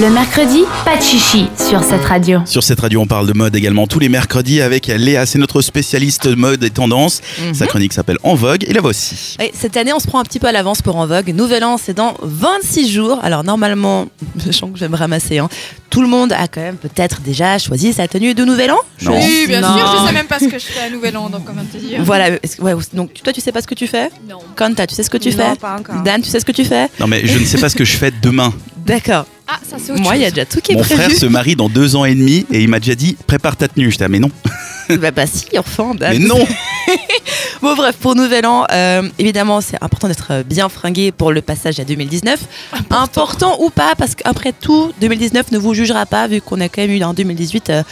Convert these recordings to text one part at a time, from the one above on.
Le mercredi, pas de chichi sur cette radio. Sur cette radio, on parle de mode également tous les mercredis avec Léa. C'est notre spécialiste mode et tendance. Mhm. Sa chronique s'appelle En Vogue et la voici. Oui, cette année, on se prend un petit peu à l'avance pour En Vogue. Nouvel an, c'est dans 26 jours. Alors normalement, je sens que je vais me ramasser. hein. Tout le monde a quand même peut-être déjà choisi sa tenue de Nouvel An. Non. Oui, bien Non. sûr, je sais même pas ce que je fais à Nouvel An, donc comment te dire Voilà. est-ce que- ouais, donc toi, tu sais pas ce que tu fais Non. Kanta, tu sais ce que tu Non, fais pas encore. Dan, tu sais ce que tu fais Non mais je ne sais pas ce que je fais demain. D'accord. Ah, ça c'est autre Moi, il y a chose. déjà tout qui est Mon prévu. frère se marie dans deux ans et demi et il m'a déjà dit prépare ta tenue. J'étais ah, mais non, Bah, bah si, enfin, Dan. mais non. Bon bref, pour Nouvel An, euh, évidemment, c'est important d'être euh, bien fringué pour le passage à 2019. Important, ou pas, parce qu'après tout, 2019 ne vous jugera pas, vu qu'on a quand même eu un 2018 euh,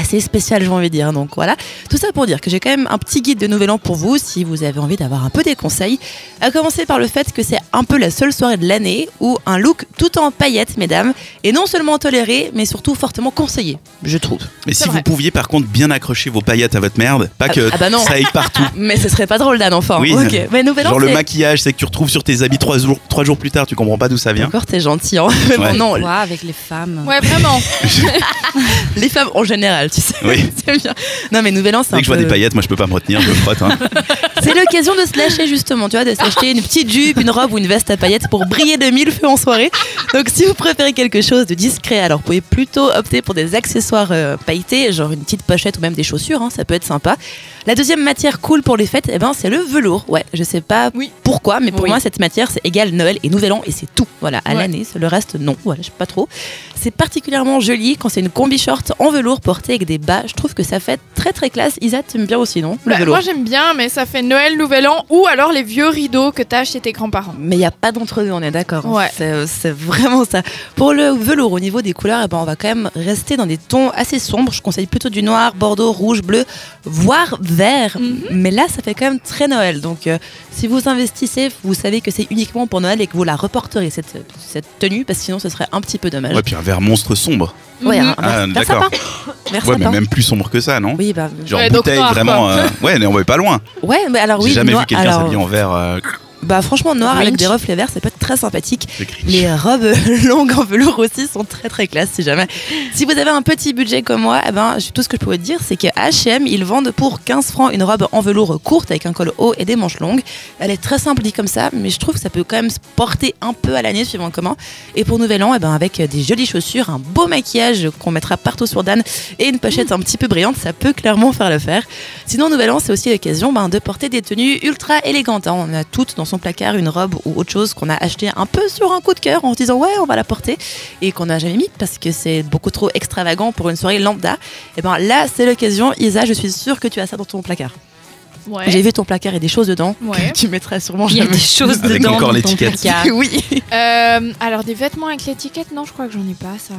assez spécial, j'ai envie de dire. Donc voilà, tout ça pour dire que j'ai quand même un petit guide de Nouvel An pour vous, si vous avez envie d'avoir un peu des conseils. À commencer par le fait que c'est un peu la seule soirée de l'année où un look tout en paillettes, mesdames, est non seulement toléré, mais surtout fortement conseillé, je trouve. Mais C'est si vrai. vous pouviez par contre bien accrocher vos paillettes à votre merde, pas que ah bah non. ça aille partout. Mais ce serait pas drôle d'un enfant. Oui. Ok. Mais Nouvel An, Genre le c'est- maquillage, c'est que tu retrouves sur tes habits trois jours, trois jours plus tard, tu comprends pas d'où ça vient. Encore, t'es gentil. Hein. Ouais. non, Quoi avec les femmes Ouais, vraiment. les femmes en général, tu sais. Oui. C'est bien. Non, mais Nouvel An, c'est Dès un que je vois peu- des paillettes, moi je peux pas me retenir, je frotte. hein. C'est l'occasion de se lâcher, justement, tu vois, de s'acheter une petite jupe, une robe ou une veste à paillettes pour briller de mille feux en soirée. Donc, si vous préférez quelque chose de discret, alors vous pouvez plutôt opter pour des accessoires euh, pailletés, genre une petite pochette ou même des chaussures, hein, ça peut être sympa. La deuxième matière cool pour les fêtes, eh ben, c'est le velours. Ouais, je sais pas Oui. pourquoi, mais pour Oui. moi, cette matière, c'est égal Noël et Nouvel An, et c'est tout. Voilà, à Ouais. l'année, c'est- le reste, non. Voilà, je sais pas trop. C'est particulièrement joli quand c'est une combi short en velours portée avec des bas. Je trouve que ça fait très très classe. Isa, t'aimes bien aussi, non Le Bah, velours. moi j'aime bien, mais ça fait Noël, Nouvel An ou alors les vieux rideaux que t'as chez tes grands-parents. Mais il n'y a pas d'entre-deux, on est d'accord. hein. Ouais. C'est- C'est vraiment ça. Pour le velours, au niveau des couleurs, eh ben, on va quand même rester dans des tons assez sombres. Je conseille plutôt du noir, bordeaux, rouge, bleu, voire vert. Mhm. Mais là, ça fait quand même très Noël. Donc, euh, si vous investissez, vous savez que c'est uniquement pour Noël et que vous la reporterez, cette, cette tenue, parce que sinon, ce serait un petit peu dommage. Ouais, puis un verre monstre sombre. Ouais, Mhm. un- un Ah, vers- vers d'accord. sapin. Vers Ouais, mais sapin. même plus sombre que ça, non Oui, bah, Genre Ouais, donc bouteille, noir, vraiment. quoi. euh, ouais, mais on va pas loin. ouais, mais alors oui, J'ai jamais noir- vu quelqu'un alors, s'habiller en vert. euh, Bah franchement, noir avec Orange. des reflets verts, ça peut être très sympathique. de gris. Les robes longues en velours aussi sont très très classe si jamais. Si vous avez un petit budget comme moi, eh ben, je- tout ce que je peux vous dire, c'est que H&M, ils vendent pour 15 francs une robe en velours courte avec un col haut et des manches longues. Elle est très simple dit comme ça, mais je trouve que ça peut quand même se porter un peu à l'année suivant comment. Et pour Nouvel An, eh ben, avec des jolies chaussures, un beau maquillage qu'on mettra partout sur Dan et une pochette un petit peu brillante, ça peut clairement faire l'affaire. Sinon, Nouvel An, c'est aussi l'occasion ben, de porter des tenues ultra élégantes. hein. On a toutes dans son placard une robe ou autre chose qu'on a acheté un peu sur un coup de cœur en se disant ouais, on va la porter et qu'on n'a jamais mis parce que c'est beaucoup trop extravagant pour une soirée lambda. Et ben là, c'est l'occasion. Isa, je suis sûre que tu as ça dans ton placard. Ouais. J'ai vu ton placard et des choses dedans. Ouais. Tu mettras sûrement Il y a jamais. des choses Avec dedans. encore dans ton l'étiquette. placard. Oui. Euh, alors des vêtements avec l'étiquette, non, je crois que j'en ai pas ça.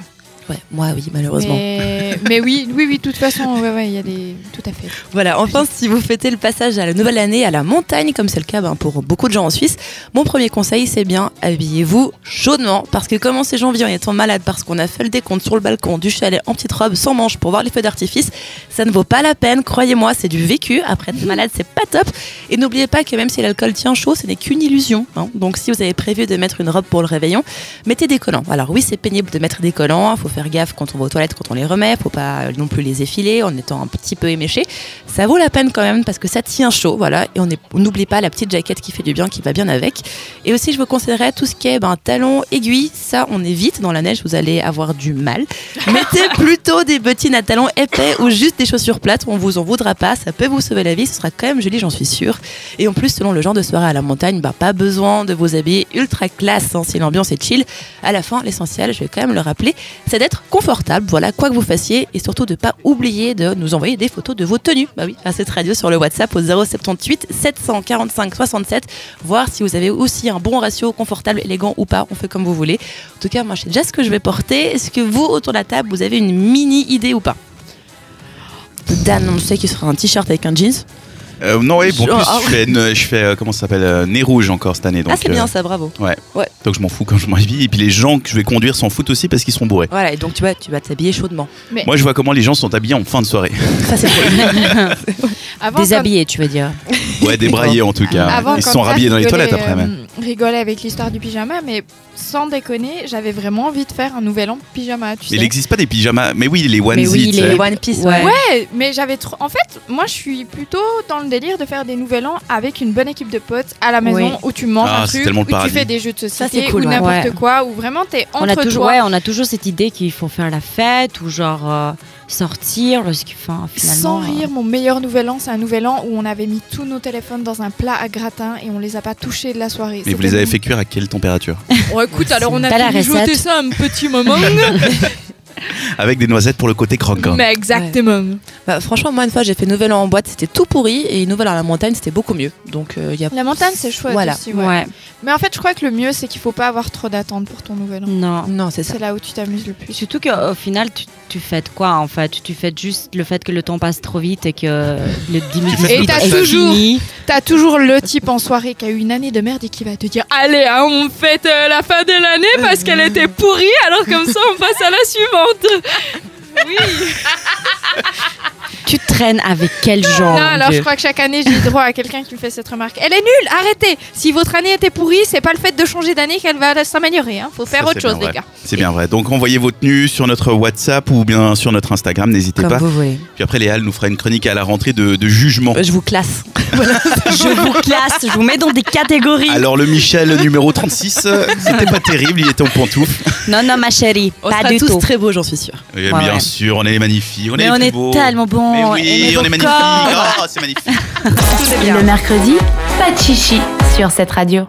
Ouais, moi oui, malheureusement. Mais, mais oui, oui, oui, de toute façon, ouais, ouais, il y a des. Tout à fait. Voilà, enfin, si vous fêtez le passage à la nouvelle année à la montagne, comme c'est le cas ben, pour beaucoup de gens en Suisse, mon premier conseil, c'est bien habillez-vous chaudement. Parce que commencer janvier en étant malade parce qu'on a fait le décompte sur le balcon du chalet en petite robe sans manches pour voir les feux d'artifice, ça ne vaut pas la peine. Croyez-moi, c'est du vécu. Après être malade, c'est pas top. Et n'oubliez pas que même si l'alcool tient chaud, ce n'est qu'une illusion. hein. Donc si vous avez prévu de mettre une robe pour le réveillon, mettez des collants. Alors oui, c'est pénible de mettre des collants. Faut faire gaffe quand on va aux toilettes, quand on les remet. Faut pas euh, non plus les effiler en étant un petit peu éméché ça vaut la peine quand même parce que ça tient chaud, voilà, et on est- on n'oublie pas la petite jaquette qui fait du bien, qui va bien avec. Et aussi, je vous conseillerais tout ce qui est ben, talons, aiguilles, ça, on évite. Dans la neige, vous allez avoir du mal. Mettez plutôt des bottines à talons épais ou juste des chaussures plates, on vous en voudra pas, ça peut vous sauver la vie, ce sera quand même joli, j'en suis sûre. Et en plus, selon le genre de soirée à la montagne, ben, pas besoin de vous habiller ultra classe hein, si l'ambiance est chill. À la fin, l'essentiel, je vais quand même le rappeler, c'est d'être confortable, voilà, quoi que vous fassiez, et surtout de ne pas oublier de nous envoyer des photos de vos tenues, bah oui, à cette radio sur le WhatsApp au 078 745 67, voir si vous avez aussi un bon ratio confortable, élégant ou pas, on fait comme vous voulez. En tout cas, moi, je sais déjà ce que je vais porter. Est-ce que vous, autour de la table, vous avez une mini idée ou pas Dan, on sait qu'il sera un t-shirt avec un jeans. Euh, non, ouais, bon, Genre, plus, ah je fais, une- je fais, euh, comment ça s'appelle, euh, nez rouge encore cette année. Donc, ah, c'est euh, bien ça, bravo. donc je m'en fous quand je m'habille. Et puis les gens que je vais conduire s'en foutent aussi parce qu'ils sont bourrés. Voilà, et donc tu vas, tu vas t'habiller chaudement. Moi, je vois comment les gens sont habillés en fin de soirée. Ça, c'est cool. Avant, quand- Déshabillé, tu veux dire. Ouais, débraillés en tout cas. Avant, Ils se quand sont Zach rhabillés dans les rigolait, toilettes après. même. euh, rigolait avec l'histoire du pyjama, mais sans déconner, j'avais vraiment envie de faire un nouvel an pyjama, tu Il sais. n'existe pas des pyjamas. Mais oui, les Mais onesies. oui, tu sais. les One Piece, ouais. Ouais, mais j'avais trop. En fait, moi, je suis plutôt dans le délire de faire des nouvel an avec une bonne équipe de potes à la maison Oui. où tu manges Ah, un c'est truc, tellement où le paradis. tu fais des jeux de Ça, société c'est cool, ou ouais. n'importe Ouais. quoi, où vraiment t'es On a, entre toujours, toi. ouais, on a toujours cette idée qu'il faut faire la fête ou genre euh, sortir. parce que, enfin, Sans finalement, euh, rire, mon meilleur nouvel an, c'est un nouvel an où on avait mis tous nos téléphones dans un plat à gratin et on les a pas touchés de la soirée. Mais vous C'était les avez mon- fait cuire à quelle température Oh, écoute, alors on T'as la a mijoté recette. ça un petit moment. Avec des noisettes pour le côté croquant. Mais exactement. euh, Bah, franchement, moi, une fois, j'ai fait Nouvel An en boîte, c'était tout pourri. Et Nouvel An à la montagne, c'était beaucoup mieux. Donc, euh, il y a... La montagne, c'est chouette Voilà. aussi. ouais. Ouais, Mais en fait, je crois que le mieux, c'est qu'il faut pas avoir trop d'attentes pour ton nouvel an. non. Non, c'est ça. C'est là où tu t'amuses le plus. Surtout qu'au final, tu, tu fêtes quoi en fait Tu fêtes juste le fait que le temps passe trop vite et que le dimanche fêtes le est temps. fini. Et t'as T'as toujours le type en soirée qui a eu une année de merde et qui va te dire Allez, hein, on fête euh, la fin de l'année parce qu'elle était pourrie, alors comme ça on passe à la suivante. Oh Tu traînes avec quel genre Non, alors Dieu je crois que chaque année j'ai droit à quelqu'un qui me fait cette remarque. Elle est nulle, arrêtez Si votre année était pourrie, c'est pas le fait de changer d'année qu'elle va s'améliorer. Hein. Faut faire Ça, autre c'est bien chose, les vrai. gars. C'est bien vrai. Donc envoyez vos tenues sur notre WhatsApp ou bien sur notre Instagram, n'hésitez Comme pas. vous voulez. Puis après, Léa elle nous fera une chronique à la rentrée de, de jugement. Euh, Je vous classe. je vous classe, je vous mets dans des catégories. Alors le Michel numéro 36, euh, c'était pas terrible, il était en pantoufle. Non, non, ma chérie, On pas sera du tous tout. très beaux, j'en suis sûre. Et Ouais, bien ouais. sûr, on est les magnifiques, on est Mais les on plus est beaux. tellement bons. Mais aimez oui, on vos est magnifiques. corps. Ah, c'est magnifique. Le mercredi, pas de chichi sur cette radio.